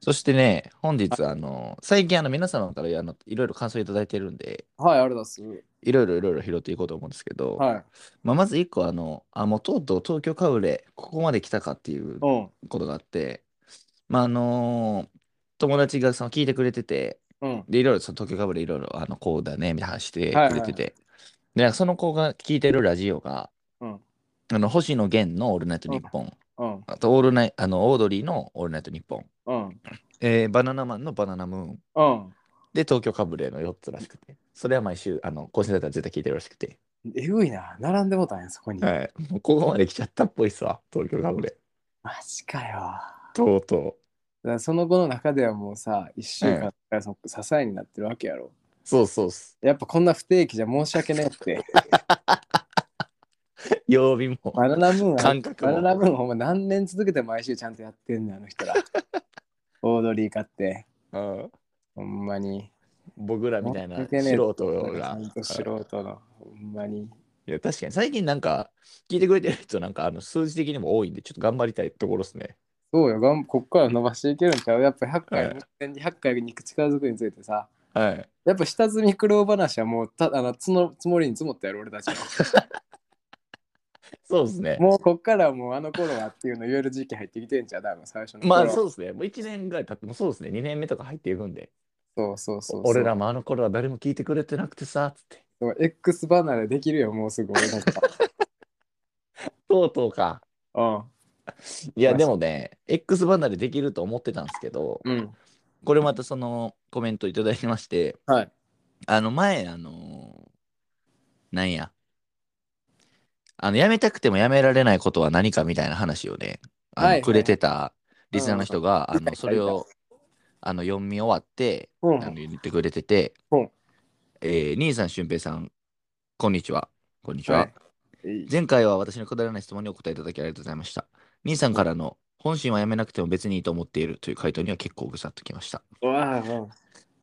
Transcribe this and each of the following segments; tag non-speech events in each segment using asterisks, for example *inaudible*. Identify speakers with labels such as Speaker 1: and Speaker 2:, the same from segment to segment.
Speaker 1: そしてね、本日、あの、最近、あの、皆様からあのいろいろ感想いただいてるんで、
Speaker 2: はい、ありがとうございます。
Speaker 1: いろいろいろいろ拾っていこうと思うんですけど、
Speaker 2: はい。
Speaker 1: まあ、まず一個、あの、あ、もうとうとう東京カウレ、ここまで来たかっていうことがあって、まあ、あのー友達がその聞いてくれてて、
Speaker 2: うん。うん。
Speaker 1: で、いろいろその東京かぶりいろいろあのこうだねみたいな話して
Speaker 2: はい
Speaker 1: くれてて、で、その子が聞いてるラジオが、
Speaker 2: うん
Speaker 1: あの星野源の「オールナイトニッポン」
Speaker 2: うん。
Speaker 1: あとオールナイあのオードリーの「オールナイトニッポン
Speaker 2: うん。」
Speaker 1: えーバナナマンの「バナナムーン
Speaker 2: うん。」
Speaker 1: で東京かぶれの4つらしくてそれは毎週あの更新されたら絶対聞いてるらしくて、
Speaker 2: えぐいな。並んでもうたんや、そこに。
Speaker 1: はい、もうここまで来ちゃったっぽいっすわ東京かぶれ
Speaker 2: マジかよ。だか
Speaker 1: とうとう
Speaker 2: らその後の中ではもうさ、1週
Speaker 1: う
Speaker 2: 間からそ支えになってるわけやろ。
Speaker 1: そうそうっす *laughs*
Speaker 2: やっぱこんな不定期じゃ申し訳ねえって。
Speaker 1: 曜日も
Speaker 2: バナナムーンは、
Speaker 1: 感覚
Speaker 2: バ
Speaker 1: も
Speaker 2: ナナムーンほんま何年続けて毎週ちゃんとやってんねんあの
Speaker 1: *laughs*
Speaker 2: 人ら。オードリー買って。
Speaker 1: うん
Speaker 2: ほんまに。
Speaker 1: 僕らみたいな
Speaker 2: 関係ねえ
Speaker 1: 素人
Speaker 2: な
Speaker 1: が
Speaker 2: んかちゃんと素人の。ほんまに。
Speaker 1: いや、確かに最近なんか、聞いてくれてる人なんか、あの、数字的にも多いんで、ちょっと頑張りたいところですね。
Speaker 2: そうよ、がんこっから伸ばしていけるんちゃうやっぱ100
Speaker 1: は
Speaker 2: 回
Speaker 1: い、
Speaker 2: 100回に近づくについてさ、
Speaker 1: はい。
Speaker 2: やっぱ下積み苦労話はもうたあのつのつもりに積もったやろ、俺た
Speaker 1: *laughs*
Speaker 2: ちは。
Speaker 1: そうですね。
Speaker 2: もうこっからはもうあの頃はっていうの言える時期入ってきてんちゃうだろ、最初の頃。
Speaker 1: まあ、そううですね。もう1年ぐらい経っても、そうですね。2年目とか入っていくんで、
Speaker 2: そうそうそう。
Speaker 1: 俺らもあの頃は誰も聞いてくれてなくてさ、つって。
Speaker 2: そう X 離れできるよ、もうすぐ俺たち
Speaker 1: とうとうか。
Speaker 2: は。
Speaker 1: いや、でもね、X 離れできると思ってたんですけど、
Speaker 2: うん。うん。
Speaker 1: これまたそのコメントいただきまして、
Speaker 2: はい。
Speaker 1: あの、前、あのーなんや。あの、やめたくてもやめられないことは何かみたいな話をね、あの
Speaker 2: はいはい
Speaker 1: くれてたリスナーの人が、
Speaker 2: うん
Speaker 1: あの、それを、あの、読み終わって、
Speaker 2: う
Speaker 1: あの
Speaker 2: ん。
Speaker 1: 言ってくれてて、
Speaker 2: うん
Speaker 1: えー兄さん、俊平さん、こんにちは。こんにちは。
Speaker 2: はいいい
Speaker 1: 前回は私のくだらない質問にお答えいただきありがとうございました。兄さんからの、本心はやめなくても別にいいと思っているという回答には結構ぐさっときました。
Speaker 2: うわあうん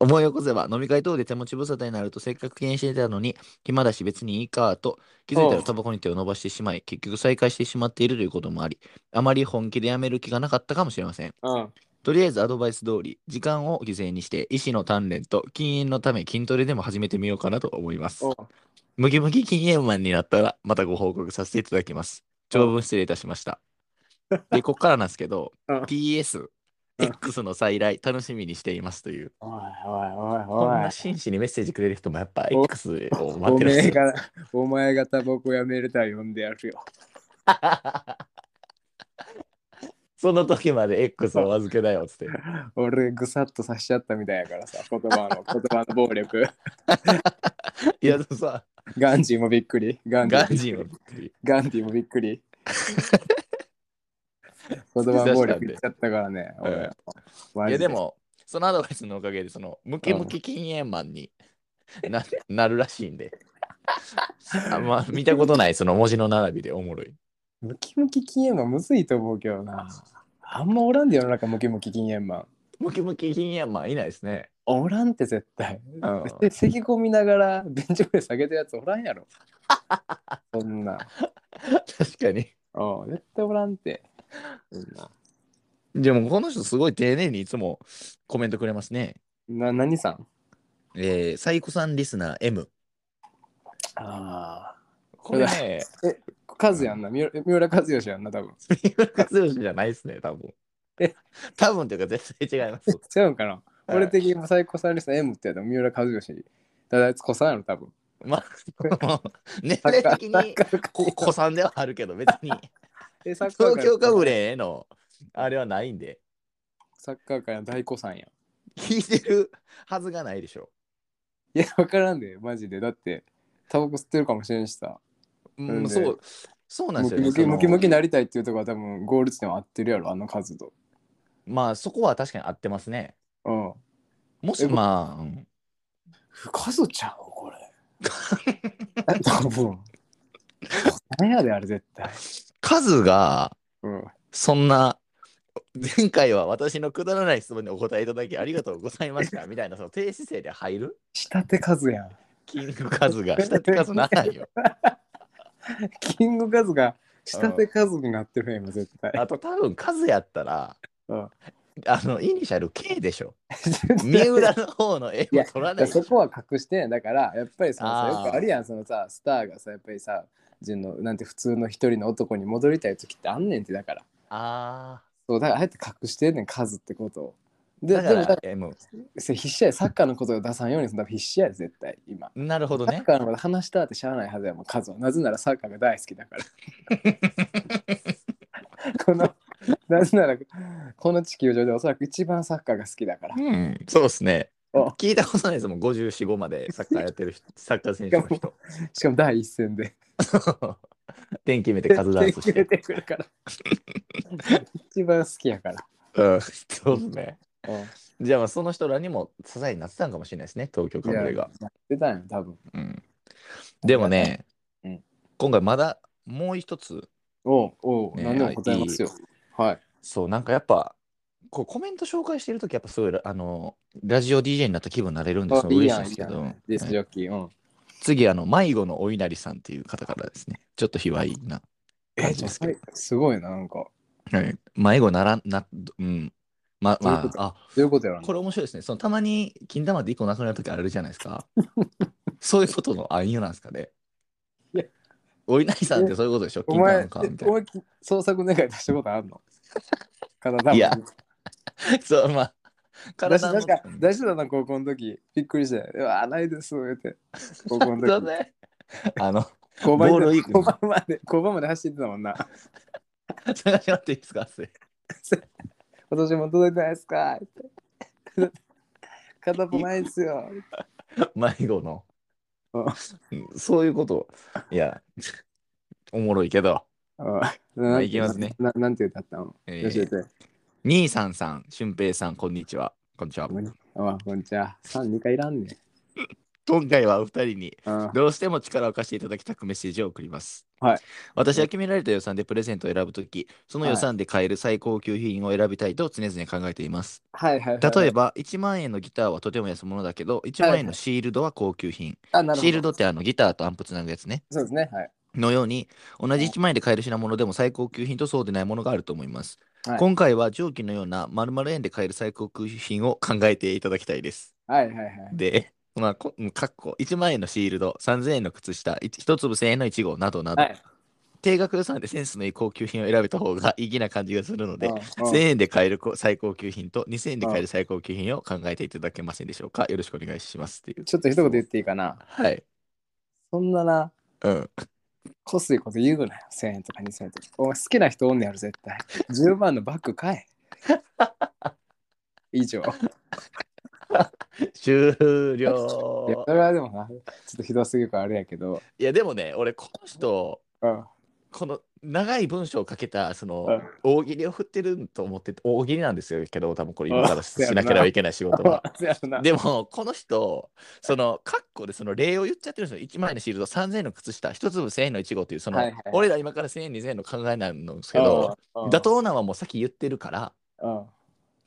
Speaker 1: 思い起こせば飲み会等で手持ち無沙汰になるとせっかく禁止してたのに暇だし別にいいかと気づいた
Speaker 2: お
Speaker 1: ら
Speaker 2: う
Speaker 1: タバコに手を伸ばしてしまい結局再開してしまっているということもありあまり本気でやめる気がなかったかもしれません
Speaker 2: うん。
Speaker 1: とりあえずアドバイス通り時間を犠牲にして医師の鍛錬と禁煙のため筋トレでも始めてみようかなと思います
Speaker 2: おう
Speaker 1: ムキムキ禁煙マンになったらまたご報告させていただきます長文失礼いたしましたでこっからなんですけど
Speaker 2: うん
Speaker 1: PS X の再来楽しみにしていますという
Speaker 2: おいおいお
Speaker 1: こん
Speaker 2: い
Speaker 1: な真摯にメッセージくれる人もやっぱ
Speaker 2: お
Speaker 1: X を
Speaker 2: おい。
Speaker 1: 待っ
Speaker 2: お
Speaker 1: てるんで
Speaker 2: 前
Speaker 1: すよ。
Speaker 2: が、お前がタバコやめるたら呼んでやるよ。
Speaker 1: その時まで X をお預けだよっつって。
Speaker 2: 俺ぐさっと刺しちゃったみたいやからさ言葉の *laughs* 言葉の暴力
Speaker 1: いや、で
Speaker 2: *laughs*
Speaker 1: もさ、
Speaker 2: ガンジーもびっくりガンデ
Speaker 1: ガン
Speaker 2: ィ
Speaker 1: ジー
Speaker 2: も
Speaker 1: も
Speaker 2: びっくり
Speaker 1: びっくり
Speaker 2: ガンディもびっくり言
Speaker 1: *laughs*
Speaker 2: 葉の暴力言っちゃったからね
Speaker 1: うん
Speaker 2: 俺マ
Speaker 1: い
Speaker 2: ジ
Speaker 1: や、でも、そのアドバイスのおかげで、その、ムキムキ禁煙マンに *laughs* ななるらしいんで。あんま見たことない、その文字の並びでおもろい。
Speaker 2: ムキムキ禁煙マンむずいと思うけどなあんまおらんで世の中ムキムキ禁煙マン
Speaker 1: ムキムキ禁煙マンいないですね。
Speaker 2: おらんって絶対
Speaker 1: うん
Speaker 2: で咳込みながらベンチプレス下げてるやつおらんやろ *laughs* そんな
Speaker 1: 確かに。
Speaker 2: うん絶対おらんってそんな
Speaker 1: でも、この人すごい丁寧にいつもコメントくれますね。
Speaker 2: な何さん
Speaker 1: えー、サイコさんリスナー M。
Speaker 2: ああ
Speaker 1: これね、
Speaker 2: え、カズやんな、三浦三浦和義やんな、多分。
Speaker 1: 三浦勝義じゃないですね、多分。
Speaker 2: え
Speaker 1: 多分というか絶対違
Speaker 2: *laughs*
Speaker 1: います。
Speaker 2: 違うんかな、
Speaker 1: はい
Speaker 2: 俺的にも最高さんリスト M ってやったら三浦和義。ただあいつ子さんやろ、多分。
Speaker 1: まあ、その年
Speaker 2: サッ
Speaker 1: 齢
Speaker 2: カー
Speaker 1: 的にこ子さんではあるけど、別
Speaker 2: *laughs*
Speaker 1: に
Speaker 2: え、サッカー
Speaker 1: 東
Speaker 2: 界
Speaker 1: 京
Speaker 2: の
Speaker 1: かぶれへのあれはないんで、
Speaker 2: サッカー界の大子さんやん。
Speaker 1: 聞いてるはずがないでしょ。
Speaker 2: いや、わからんで、マジで。だって、タバコ吸ってるかもしれんしさ。
Speaker 1: うん、
Speaker 2: そ
Speaker 1: そう
Speaker 2: ね
Speaker 1: う、そうなん
Speaker 2: ム
Speaker 1: です
Speaker 2: キムキ
Speaker 1: よね。その
Speaker 2: ムキムキなりたいっていうとこは多分ゴール地点は合ってるやろ、あの数と。
Speaker 1: まあ、そこは確かに合ってますね。
Speaker 2: うん。
Speaker 1: もし
Speaker 2: え
Speaker 1: まあ、うん
Speaker 2: カズちゃんこれ。
Speaker 1: *laughs*
Speaker 2: え多分。何やで、あれ絶対。
Speaker 1: 数が
Speaker 2: うん。
Speaker 1: そんな、前回は私のくだらない質問にお答えいただきありがとうございましたみたいな、その低姿勢で
Speaker 2: *laughs*
Speaker 1: 入る
Speaker 2: 下手カズやん。
Speaker 1: キングカズが下手数な
Speaker 2: *laughs*
Speaker 1: いよ。
Speaker 2: キングカズが下手カズになってるやん、今絶対。
Speaker 1: あと多分数やったら、
Speaker 2: うん
Speaker 1: あの、イニシャル K でしょ。三浦の方の A
Speaker 2: い
Speaker 1: は
Speaker 2: や
Speaker 1: 取らな
Speaker 2: だ *laughs*
Speaker 1: い
Speaker 2: からそこは隠してんだからやっぱりそのさ
Speaker 1: あー
Speaker 2: よくあるやんそのさスターがさやっぱりさ自分のなんて普通の一人の男に戻りたい時ってあんねんってだから
Speaker 1: あ
Speaker 2: そうだからあえて隠してんねん数ってことを
Speaker 1: あ。
Speaker 2: で
Speaker 1: だ
Speaker 2: で
Speaker 1: か
Speaker 2: もだから
Speaker 1: ら M。
Speaker 2: それ必死やでサッカーのことを出さんようにするのは必死やで絶対今
Speaker 1: なるほど
Speaker 2: サ
Speaker 1: ね
Speaker 2: ッ。カーのこと話したってしゃあないはずやもん数はなぜならサッカーが大好きだから *laughs* このなぜならこの地球上でおそらく一番サッカーが好きだから
Speaker 1: うん、そうですね。
Speaker 2: お
Speaker 1: 聞いたことないですもん、54、5までサッカーやってる人、サッカー選手の人。
Speaker 2: しかも第一線で
Speaker 1: *laughs* 点決めてカズダンスし
Speaker 2: 出
Speaker 1: て。
Speaker 2: てくるから *laughs* 一番好きやから、
Speaker 1: うん、そうですね。
Speaker 2: うん、
Speaker 1: じゃあまあ、その人らにも支えになってたんかもしれないですね、東京カブレが。
Speaker 2: 出たんよ多分
Speaker 1: うん、でもね、
Speaker 2: うん
Speaker 1: 今回まだもう一つ、
Speaker 2: おうおう、
Speaker 1: ねえ
Speaker 2: 何でも答えますよはい
Speaker 1: そう、なんかやっぱ、こうコメント紹介してるとき、やっぱすごい、あの、ラジオ DJ になった気分になれるんですよ。
Speaker 2: あいい
Speaker 1: 嬉しい
Speaker 2: やんいい
Speaker 1: んですけど。
Speaker 2: やんディスクジョッキーうん
Speaker 1: 次、あの、迷子のお稲荷さんっていう方からですね、ちょっと卑猥な感
Speaker 2: えじ
Speaker 1: じ
Speaker 2: ゃ
Speaker 1: で
Speaker 2: あ
Speaker 1: す
Speaker 2: そ
Speaker 1: けど
Speaker 2: れ。すごいななんか
Speaker 1: はい迷子ならんな、うん。ま、
Speaker 2: どういう
Speaker 1: ま
Speaker 2: こ
Speaker 1: あ、あ、
Speaker 2: どういうことやろうな
Speaker 1: これ面白いですね。そのたまに金玉で1個なくなるときあるじゃないで
Speaker 2: *laughs*
Speaker 1: すか。そういうことの暗喩なんですかね
Speaker 2: いや。
Speaker 1: お稲荷さんってそういうことでしょ
Speaker 2: お
Speaker 1: 金
Speaker 2: 前、
Speaker 1: 玉
Speaker 2: え
Speaker 1: かみたい
Speaker 2: お前創作願い出したことあんの *laughs* 体
Speaker 1: いやな。そう、まあ、
Speaker 2: 出し
Speaker 1: 体
Speaker 2: な
Speaker 1: の
Speaker 2: んか出してたな高校の時びっくりして「うわないです」
Speaker 1: *laughs*
Speaker 2: って高校の
Speaker 1: そう
Speaker 2: 時
Speaker 1: ね。あの、
Speaker 2: 5
Speaker 1: ボール
Speaker 2: 番
Speaker 1: い
Speaker 2: で
Speaker 1: く
Speaker 2: 5番まで5番まで走ってたもんな
Speaker 1: 探し合っていいですかそれ
Speaker 2: 今年も届いてないですかって片っぽないですよ
Speaker 1: 迷子の
Speaker 2: うん。
Speaker 1: うんそういうこと。いや、おもろいけど。
Speaker 2: うん
Speaker 1: あいきますね
Speaker 2: ななんて歌ったの
Speaker 1: え
Speaker 2: 教え
Speaker 1: ー、
Speaker 2: て
Speaker 1: 兄さんさん、俊平さん、こんにちは。こんにちは。
Speaker 2: あこんにちは32回いらんね
Speaker 1: 今回はお二人に
Speaker 2: んうん
Speaker 1: どうしても力を貸していただきたくメッセージを送ります。
Speaker 2: はい
Speaker 1: 私は決められた予算でプレゼントを選ぶとき、その予算で買える最高級品を選びたいと常々考えています。
Speaker 2: はいはいはい
Speaker 1: 例えば、1万円のギターはとても安物だけど、1
Speaker 2: はい
Speaker 1: 万円のシールドは高級品。
Speaker 2: あなるほど
Speaker 1: シールドってあのギターとアンプつなぐやつね。
Speaker 2: そうですねはい
Speaker 1: のように、同じ1万円で買える品物でも最高級品とそうでないものがあると思います。
Speaker 2: はい
Speaker 1: 今回は上記のような丸々円で買える最高級品を考えていただきたいです。
Speaker 2: はいはいはい
Speaker 1: で、まあ、こうんかっこ1万円のシールド、3000円の靴下、い1粒1000円のイチゴなどなど、
Speaker 2: はい
Speaker 1: 定額予算でセンスのいい高級品を選べた方が意義な感じがするので、
Speaker 2: うんうん
Speaker 1: 1000円で買えるこ最高級品と2000円で買える最高級品を考えていただけませんでしょうか。よろしくお願いしますっていう。
Speaker 2: ちょっと一言言っていいかな
Speaker 1: はい。
Speaker 2: そんなな
Speaker 1: うん。 *laughs*
Speaker 2: こすいこと言うなよ1000円とか2000円とかお前好きな人おんねやろ絶対10万のバッグ買え
Speaker 1: *laughs*
Speaker 2: 以上い
Speaker 1: 終
Speaker 2: や
Speaker 1: 了
Speaker 2: そ。れはでもなちょっとひどすぎるからあれやけど
Speaker 1: いや、でもね、俺、この人、
Speaker 2: うん
Speaker 1: この長い文章をかけた、その
Speaker 2: うん、
Speaker 1: 大喜利を振ってると思ってて、大喜利なんですよけど、多分これ今か
Speaker 2: うん
Speaker 1: らしなければいけない仕事は。
Speaker 2: *laughs* そうやろな
Speaker 1: でも、この人、その、カッコでその例を言っちゃってるんですよ。1万円のシールド、3000円の靴下、1粒1000円のイチゴっていう、その、
Speaker 2: はいはい
Speaker 1: 俺ら今から1000円、2000円の考えなんですけど、
Speaker 2: うんうん
Speaker 1: 妥当なのはもう先言ってるから、
Speaker 2: うん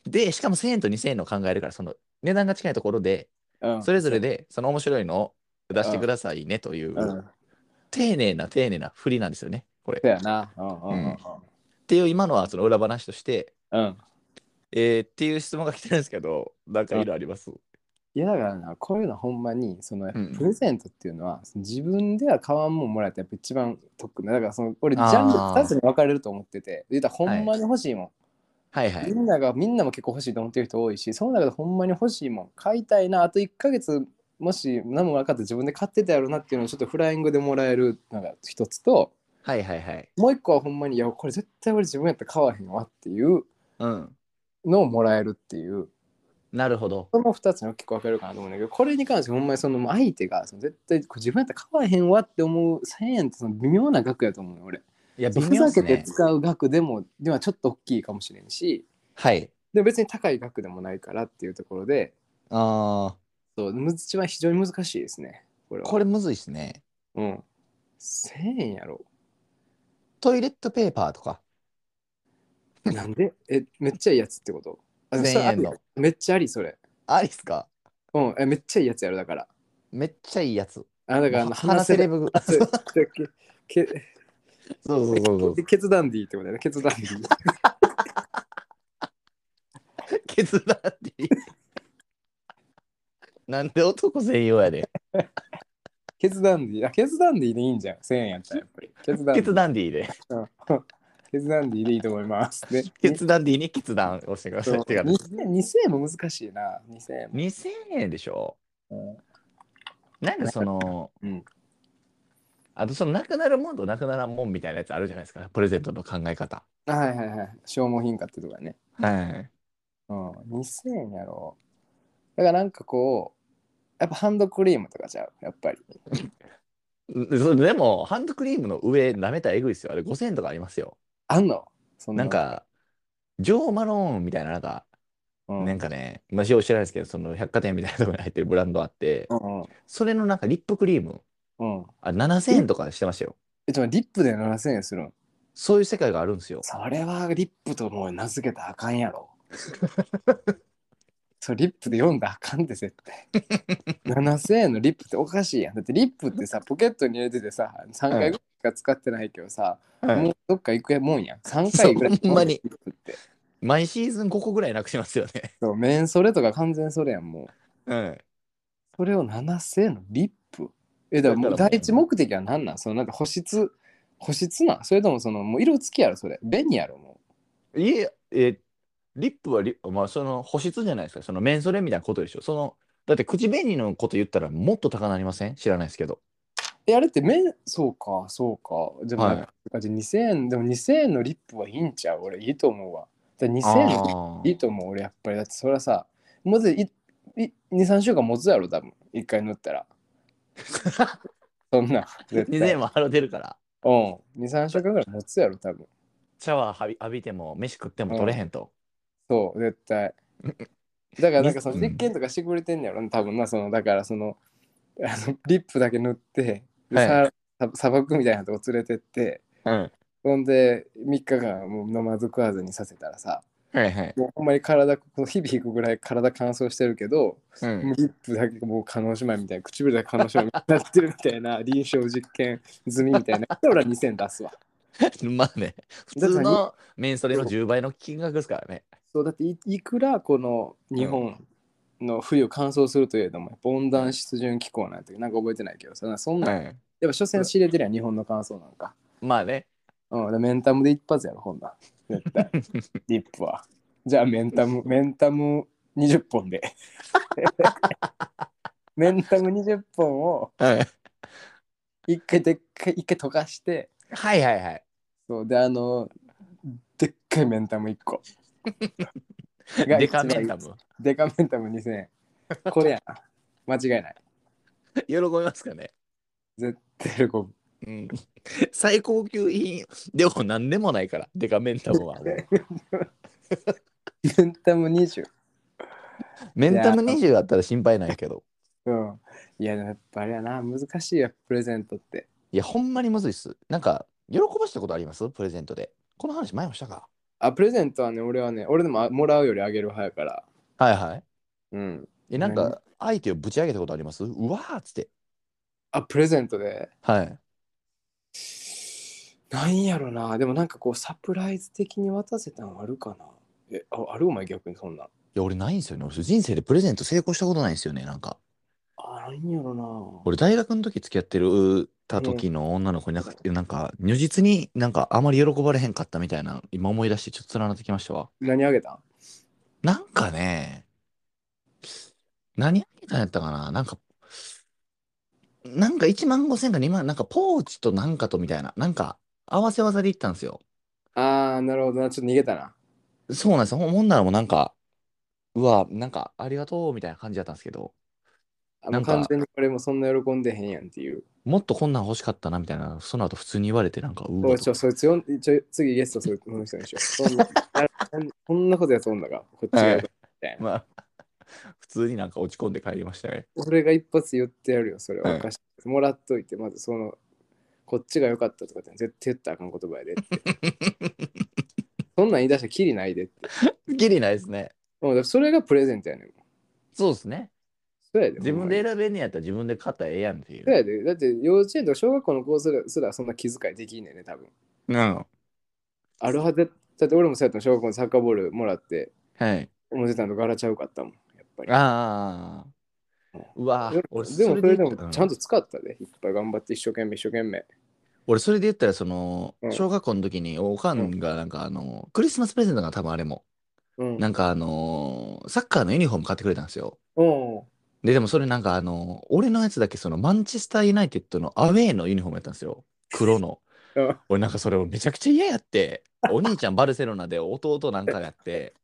Speaker 1: で、しかも1000円と2000円の考えるから、その、値段が近いところで、
Speaker 2: うん
Speaker 1: それぞれで、その面白いのを出してくださいねという、
Speaker 2: うん
Speaker 1: 丁寧な丁寧な振りなんですよね、これ。
Speaker 2: そうやなうんうんうん
Speaker 1: っていう、今のはその裏話として、
Speaker 2: うんうん
Speaker 1: えーっていう質問が来てるんですけど、なんか色あります。
Speaker 2: いやだからなこういうのほんまにその
Speaker 1: ん
Speaker 2: プレゼントっていうのは、その自分では買わんもんもらえたらやっぱ一番得なだからその俺ジャンル2つに分かれると思ってて言うたらほんまに欲しいもん、
Speaker 1: はいはい
Speaker 2: み。んながみんなも結構欲しいと思ってる人多いしその中でほんまに欲しいもん買いたいなあと1ヶ月もし何もなかったら自分で買ってたやろなっていうのをちょっとフライングでもらえるのが一つと
Speaker 1: はいはいはい。
Speaker 2: もう一個はほんまにいやこれ絶対俺自分やったら買わへんわっていう
Speaker 1: うん。
Speaker 2: のをもらえるっていう
Speaker 1: なるほど。
Speaker 2: その2つに大きく分かれるかなと思うんだけどこれに関してほんまにその相手がその絶対これ自分やったら買わへんわって思う1000円ってその微妙な額やと思うの俺
Speaker 1: いや、微
Speaker 2: ふ
Speaker 1: 妙で
Speaker 2: ざ
Speaker 1: す
Speaker 2: けて
Speaker 1: ね。
Speaker 2: 使う額でもではちょっと大きいかもしれんし
Speaker 1: はい。
Speaker 2: でも別に高い額でもないからっていうところで
Speaker 1: ああ、
Speaker 2: そう、むず一番非常に難しいですね。これは。
Speaker 1: これむずいっすね。
Speaker 2: うん。1000円やろ。
Speaker 1: トイレットペーパーとか。
Speaker 2: なんでえ、めっちゃいいやつってことあでもそれ
Speaker 1: 1000円の
Speaker 2: ありめっちゃあり、それ。
Speaker 1: ありっすか
Speaker 2: うん、え、めっちゃいいやつやろ、だから。
Speaker 1: めっちゃいいやつ。
Speaker 2: あ、だからあの、
Speaker 1: 話せレブ。 *laughs*
Speaker 2: 話せれけけ
Speaker 1: そうそうそうそう。
Speaker 2: 決断でいいってことだよね、決断でいい。
Speaker 1: ケツだって言う。なんで男専用やで。
Speaker 2: 決断でいい。あ、決断でいいでいいんじゃん。1000円やったらやっぱり。決断で
Speaker 1: ケ。ツダンディで。
Speaker 2: うん決断でいいでいいと思います。で、
Speaker 1: ケツダンディに決断をしてくだ
Speaker 2: そ
Speaker 1: さ
Speaker 2: う
Speaker 1: いって感じ。
Speaker 2: 2000 2000円も難しいな。2000円も。
Speaker 1: 2000円でしょ
Speaker 2: うん
Speaker 1: なんかその、
Speaker 2: うん
Speaker 1: あとそのなくなるもんとなくならんもんみたいなやつあるじゃないですか、プレゼントの考え方。
Speaker 2: はいはいはい。消耗品買ってとかね。
Speaker 1: はい。
Speaker 2: うん。2000円やろ。だからなんかこう、やっぱハンドクリームとかじゃう。やっぱり。
Speaker 1: でそれでも、ハンドクリームの上舐めたらえぐいですよ。あれ5000円とかありますよ。
Speaker 2: あんのそ
Speaker 1: なん、か、ジョー・マローンみたいな、なんか、
Speaker 2: うん、
Speaker 1: なんかね、まあ、よう知らないですけど、その百貨店みたいなところに入ってるブランドあって
Speaker 2: う、んうん
Speaker 1: それのなんかリップクリーム、
Speaker 2: うん。
Speaker 1: あ7000円とかしてましたよ。
Speaker 2: え、ちょっと待ってリップで7000円するん
Speaker 1: そういう世界があるんですよ。
Speaker 2: それはリップともう名付けたらあかんや
Speaker 1: *laughs*
Speaker 2: ろ。それリップで読んだらあかんって絶対。7000円のリップっておかしいやん。だってリップってさ、
Speaker 1: *laughs*
Speaker 2: ポケットに入れててさ、3回ぐらいしか使ってないけどさ、もうどっか行くもんやん。3回ぐらい
Speaker 1: そうほんまに
Speaker 2: リップって。
Speaker 1: 毎シーズン5個ぐらいなくしますよね。
Speaker 2: そう、メンソレとか完全それやん、もう。
Speaker 1: うん。
Speaker 2: それを7000円のリップえ、だからもう
Speaker 1: だからもう
Speaker 2: 第一目的は何なんそのなんか保湿、保湿なんそれともその、もう色付きやろ、それ。紅やろ、も
Speaker 1: いえ、え、リップはリ、まあ、その保湿じゃないですか。そのメンソレみたいなことでしょ。その、だって口紅のこと言ったらもっと高なりません知らないですけど。
Speaker 2: う。え、あれって面、そうか、そうか。でも、
Speaker 1: はい
Speaker 2: なんかじゃあ2000円、でも2000円のリップはいいんちゃう俺、いいと思うわ。だから2000円のリッ
Speaker 1: あ
Speaker 2: プいいと思う、俺、やっぱり。だってそれはさ、もういい2、3週間持つやろ、多分。1回塗ったら。
Speaker 1: あ。
Speaker 2: そん
Speaker 1: *laughs*
Speaker 2: な。絶対
Speaker 1: 2000円も払ってるから。
Speaker 2: うん。2、3週間ぐらい持つやろ、多分。
Speaker 1: シャワー浴び浴びても、飯食っても取れへんと。
Speaker 2: そう、絶対。だからなんかその
Speaker 1: うん
Speaker 2: 実験とかしてくれてんねやろな、多分な、そのだからそのあのリップだけ塗って、で
Speaker 1: はい
Speaker 2: ささ砂漠みたいなとこ連れてって、
Speaker 1: うん。
Speaker 2: ほんで3日間もう飲まず食わずにさせたらさ、
Speaker 1: はいはい。
Speaker 2: もうほんまに体、この日々いくぐらい体乾燥してるけど、
Speaker 1: う
Speaker 2: も
Speaker 1: ん。
Speaker 2: うリップだけもう叶姉妹みたいな、唇だけ叶姉妹みたいになってるみたいな臨床実験済みみ *laughs* たいな。俺は2000出すわ。
Speaker 1: *laughs* まあね、普通のメンソレの10倍の金額ですからね。
Speaker 2: そうだっていいくらこの日本の冬乾燥するといえども、やっぱ温暖湿潤気候なんてなんか覚えてないけどさそんな、
Speaker 1: はい
Speaker 2: やっぱ所詮知れてるやん日本の乾燥なんか、
Speaker 1: まあね、
Speaker 2: うん、だからメンタムで一発やろほんなん絶
Speaker 1: *laughs*
Speaker 2: 対リップはじゃあメンタムメンタム20本
Speaker 1: *laughs*
Speaker 2: でメンタム20本を
Speaker 1: はい
Speaker 2: 一回でっかい一回溶かして
Speaker 1: はいはいはい。
Speaker 2: そうであのでっかいメンタム1個
Speaker 1: *laughs*
Speaker 2: が
Speaker 1: デカメンタム。
Speaker 2: デカメンタム2000円。
Speaker 1: *laughs*
Speaker 2: これやな。間違いない。
Speaker 1: 喜びますかね
Speaker 2: テレコム。
Speaker 1: うん最高級品でも何でもないからデカメンタム *laughs* はもう
Speaker 2: メンタム20。
Speaker 1: メンタム20あったら心配ないけど
Speaker 2: うん。いや、でもやっぱあれやな。難しいや、プレゼントって。
Speaker 1: いやほんまにむずいっすなんか喜ばしたことありますプレゼントでこの話前もしたか
Speaker 2: あ、プレゼントはね、俺はね、俺でもあもらうよりあげる派やから。
Speaker 1: はいはい
Speaker 2: うん。
Speaker 1: えなんか相手をぶち上げたことありますうわーっつって
Speaker 2: あ、プレゼントで。
Speaker 1: はい
Speaker 2: なんやろな。でもなんかこう、サプライズ的に渡せたんあるかな。え、ああるお前逆にそんなん。
Speaker 1: いや俺ないんですよね俺人生でプレゼント成功したことないんですよねなんか
Speaker 2: あ、なんやろ
Speaker 1: 俺大学の時付き合ってるた時の女の子になんか,、なんか如実になんかあまり喜ばれへんかったみたいな今思い出してちょっと連なってきましたわ
Speaker 2: な。何あげたん
Speaker 1: なんかね、何あげたんやったかななんか、なんか1万5千か2万、なんかポーチとなんかとみたいな、なんか合わせ技で行ったんですよ。
Speaker 2: あー、なるほどな。ちょっと逃げたな。
Speaker 1: そうなんですよ。ほほんならもうなんか、うわ、なんかありがとうみたいな感じだったんですけど、
Speaker 2: あ
Speaker 1: なん
Speaker 2: の
Speaker 1: か
Speaker 2: 完全に俺もそんな喜んでへんやんっていう。
Speaker 1: もっとこんなん欲しかったなみたいな、その後普通に言われてなんか、う
Speaker 2: お
Speaker 1: わ
Speaker 2: い、ちょ、そいつよん、ちょ、次ゲストそいつの人にしよう。そんな、 *laughs* あそんそんなことやそんだが、こっちが
Speaker 1: は
Speaker 2: や
Speaker 1: い
Speaker 2: る。みたいな
Speaker 1: まあ、 *laughs* 普通になんか落ち込んで帰りましたね。
Speaker 2: 俺が一発言ってやるよ、それ
Speaker 1: は
Speaker 2: はいおかしい。もらっといて、まずその、こっちが良かったとかって絶対言ったらあかん言葉やでって。
Speaker 1: *laughs*
Speaker 2: そんなん言い出したらキリないでって。
Speaker 1: ギリないですね。
Speaker 2: もうだからそれがプレゼントやねん。
Speaker 1: そうですね。
Speaker 2: そうやで。
Speaker 1: 自分
Speaker 2: ほんま
Speaker 1: で
Speaker 2: に
Speaker 1: 選べんねやったら自分で買ったらええやんってい
Speaker 2: そう
Speaker 1: う。
Speaker 2: やで。だって幼稚園とか小学校の子すらすらそんな気遣いできんねんね、多分。
Speaker 1: うん。は
Speaker 2: あるはず。だって俺もそうやったの小学校のサッカーボールもらって、
Speaker 1: い。
Speaker 2: 思ってたのと柄ちゃうかったもん、やっぱり。
Speaker 1: ああ。うわ
Speaker 2: でも
Speaker 1: 俺
Speaker 2: でもそれで
Speaker 1: 言った
Speaker 2: も
Speaker 1: ら
Speaker 2: ちゃんと使ったで、いっぱい頑張って一生懸命一生懸命。
Speaker 1: 俺それで言ったらその
Speaker 2: うん
Speaker 1: 小学校の時におかんがなんかあのクリスマスプレゼントが多分あれも
Speaker 2: うん。
Speaker 1: なんかあのサッカーのユニフォーム買ってくれたんですよ
Speaker 2: おう
Speaker 1: ででもそれなんかあの俺のやつだけそのマンチェスターユナイテッドのアウェーのユニフォームやったんですよ黒の
Speaker 2: うん
Speaker 1: 俺なんかそれをめちゃくちゃ嫌やってお兄ちゃんバルセロナで弟なんかやって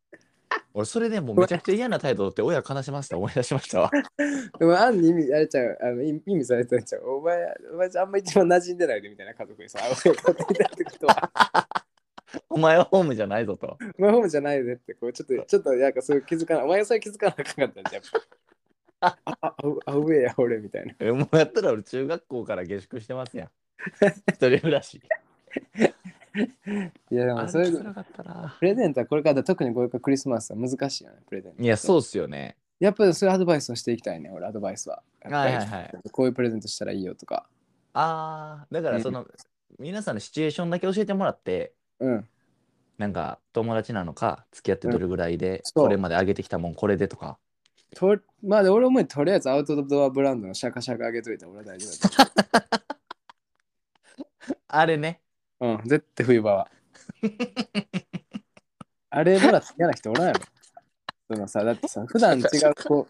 Speaker 1: 俺それでもうめちゃくちゃ嫌な態度取って親悲しませた思い出しましたわ
Speaker 2: でも、あんに意味、あれちゃう、あの意意味されてんちゃう。お前、お前あんま一番馴染んでないでみたいな家族にさ、あお前買ってきたってことは、
Speaker 1: お前はホームじゃないぞと
Speaker 2: お前ホームじゃないでって、こうちょっと、ちょっと、なんかそういう気づかない、お前それ気づかなかったんじゃんやっぱ。あ、あ、あ、うえや、俺みたいな。
Speaker 1: えもうやったら俺中学校から下宿してますやん一人暮らし
Speaker 2: いや、で
Speaker 1: あ
Speaker 2: も
Speaker 1: れ
Speaker 2: それ、
Speaker 1: 辛かったな
Speaker 2: プレゼントはこれからだ、特にこれからクリスマスは難しいよね、プレゼント。
Speaker 1: いやそうっすよね
Speaker 2: やっぱりそういうアドバイスをしていきたいね、俺、アドバイスは。やっぱり
Speaker 1: はいはいはい
Speaker 2: こういうプレゼントしたらいいよとか。
Speaker 1: あーだからその、皆さんのシチュエーションだけ教えてもらって
Speaker 2: うん。
Speaker 1: なんか友達なのか付き合ってどれぐらいで、
Speaker 2: そう
Speaker 1: これまで上げてきたもんこれでとか
Speaker 2: とまあ、で俺思うにとりあえずアウトドアブランドのシャカシャカあげといたら俺は大丈夫だと
Speaker 1: あれね
Speaker 2: 思う。うん、絶対冬場は。あれもらって嫌な人おらんやろ。そのさ、だってさ、普段違
Speaker 1: *laughs*
Speaker 2: う子、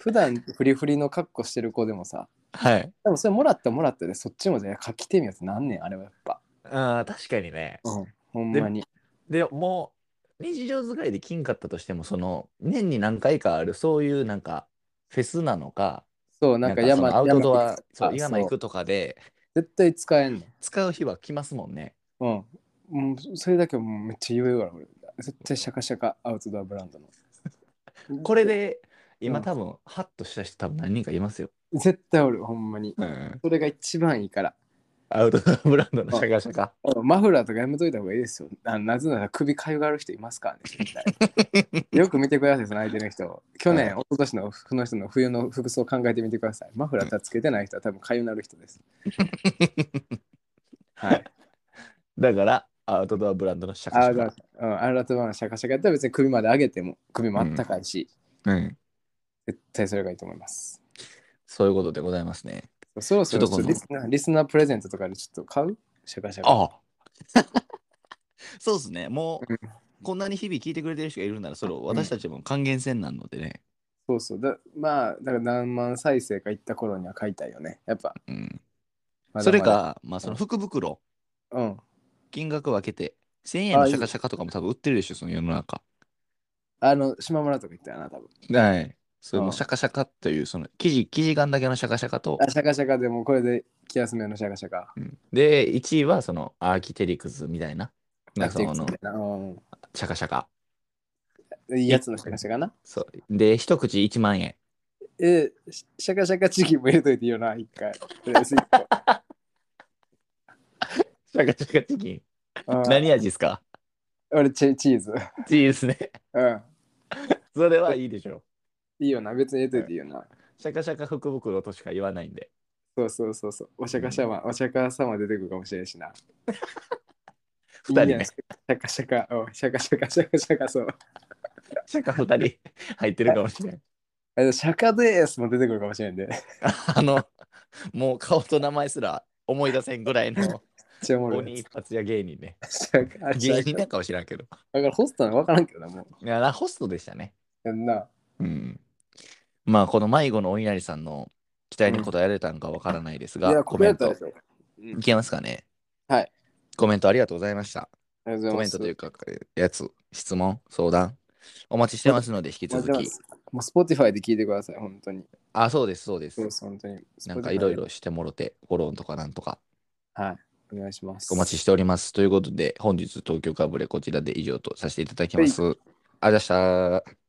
Speaker 2: 普段フリフリの格好してる子でもさ、
Speaker 1: *laughs* はい
Speaker 2: でもそれもらったもらったで、そっちもじゃあ書きてみようってなんねん、あれはやっぱ。
Speaker 1: あー確かにね、
Speaker 2: うん、ほんまに。
Speaker 1: でもう日常使いで金かったとしてもその年に何回かあるそういうなんかフェスなのか
Speaker 2: そう、なんか山
Speaker 1: そのアウトドアそう
Speaker 2: 山
Speaker 1: 山行くとかで
Speaker 2: 絶対使えんの。
Speaker 1: 使う日は来ますもんね
Speaker 2: うん。もうそれだけはもうめっちゃ言えるから俺。絶対シャカシャカアウトドアブランドの。
Speaker 1: *laughs* これで今
Speaker 2: うん
Speaker 1: 多分ハッとした人多分何人かいますよ、
Speaker 2: 絶対おる、ほんまに。それが一番いいから。
Speaker 1: アウトドアブランドのシャカシャカ
Speaker 2: マフラーとかやめといた方がいいですよ。あのなぜなら首かゆがる人いますからね絶
Speaker 1: *laughs*
Speaker 2: 対。よく見てください、その相手の人。去年、
Speaker 1: はい
Speaker 2: 一昨年のその人の冬の服装を考えてみてください。マフラーつけてない人は多分かゆなる人
Speaker 1: *laughs*
Speaker 2: です。はい。
Speaker 1: だからアウトドアブランドのシャカ
Speaker 2: あ
Speaker 1: シ
Speaker 2: あ、
Speaker 1: ャ
Speaker 2: だ
Speaker 1: カ
Speaker 2: からうん、アウトドアのシャカシャカやったら別に首まで上げても首もあったかいし、
Speaker 1: うん
Speaker 2: 絶対それがいいと思います。
Speaker 1: そういうことでございますね
Speaker 2: そろそろ
Speaker 1: ちょっと今度
Speaker 2: リスナーリスナープレゼントとかでちょっと買うシャカシャカ。
Speaker 1: ああ *laughs* そうですねもう、
Speaker 2: うん
Speaker 1: こんなに日々聞いてくれてる人がいるならそれを私たちも還元せんなのでね、
Speaker 2: そうそう。だまあ、だから何万再生かいった頃には買いたいよね。やっぱ。
Speaker 1: う
Speaker 2: ま
Speaker 1: ん
Speaker 2: だまだ
Speaker 1: それ。かまあその福袋
Speaker 2: うん。
Speaker 1: 金額分けて1000円のシャカシャカとかも多分売ってるでしょその世の中
Speaker 2: あの、島村とか行ったよな、多分。
Speaker 1: はいそれ
Speaker 2: う
Speaker 1: も
Speaker 2: ん
Speaker 1: シャカシャカというその生地生地感だけのシャカシャカと
Speaker 2: あ、シャカシャカでもこれで気休めのシャカシャカ。
Speaker 1: うんで、1位はそのアーキテリクスみたいな。なんかその
Speaker 2: 飽きてきたなうん
Speaker 1: シャカシャカ。
Speaker 2: いいやつのシャカシャカな。
Speaker 1: そう。で、一口1万円。
Speaker 2: え、シシャカシャカチキンも入れといていいよな、一回。とりあえず一個
Speaker 1: シャカシャカチキン。
Speaker 2: うん
Speaker 1: 何味ですか
Speaker 2: 俺チェ、チーズ。
Speaker 1: チーズね。
Speaker 2: うん。
Speaker 1: それはいいでしょ
Speaker 2: いいよな、別に入れといていいよな。
Speaker 1: う。シャカシャカ福袋としか言わないんで。
Speaker 2: そうそうそうそう。おシャカシャマ、おシャカ様出てくるかもしれんしな。
Speaker 1: 二人
Speaker 2: いいや
Speaker 1: ね
Speaker 2: んシ。ャカシャカ、うんシャカシャカ、シャカシャカ、そう。
Speaker 1: シャカ二人入ってるかもしれん。
Speaker 2: あのシャカでーすも出てくるかもしれんで。めっ
Speaker 1: *laughs* あの、もう顔と名前すら思い出せんぐらいの
Speaker 2: ちゃおもろい
Speaker 1: *laughs* 鬼
Speaker 2: や
Speaker 1: 一発や芸人ね。
Speaker 2: つ。シャカシ
Speaker 1: 芸人
Speaker 2: ャカ。
Speaker 1: なんかも知らんけど。
Speaker 2: だからホストなの分からんけどな、も
Speaker 1: いやな、ホストでしたね。
Speaker 2: う。やんな。
Speaker 1: うん。まあ、この迷子のお稲荷さんの期待に応えられたんかわからないです
Speaker 2: い
Speaker 1: が、
Speaker 2: や、
Speaker 1: コ
Speaker 2: コメ
Speaker 1: メ
Speaker 2: ン
Speaker 1: ン
Speaker 2: トで
Speaker 1: ト
Speaker 2: し。ょ。うん
Speaker 1: いけますかね
Speaker 2: はい。
Speaker 1: コメントありがとうございました。
Speaker 2: ありがとう
Speaker 1: コ
Speaker 2: ござい
Speaker 1: メ
Speaker 2: ま
Speaker 1: ン
Speaker 2: す。
Speaker 1: トというか、やつ、質問、相談、お待ちしてますので、引き続
Speaker 2: もう
Speaker 1: き。
Speaker 2: もう Spotify で聞いてください、本当に。
Speaker 1: あ、そうです、そうです
Speaker 2: そう。です、本当に。
Speaker 1: なんかいろい
Speaker 2: Spotify
Speaker 1: ろしてもろて、フォローとかなんとか、
Speaker 2: で。はい。お願いします。
Speaker 1: お待ちしております。ということで、本日、東京かぶれ、こちらで以上とさせていただきます。ありがとうございました。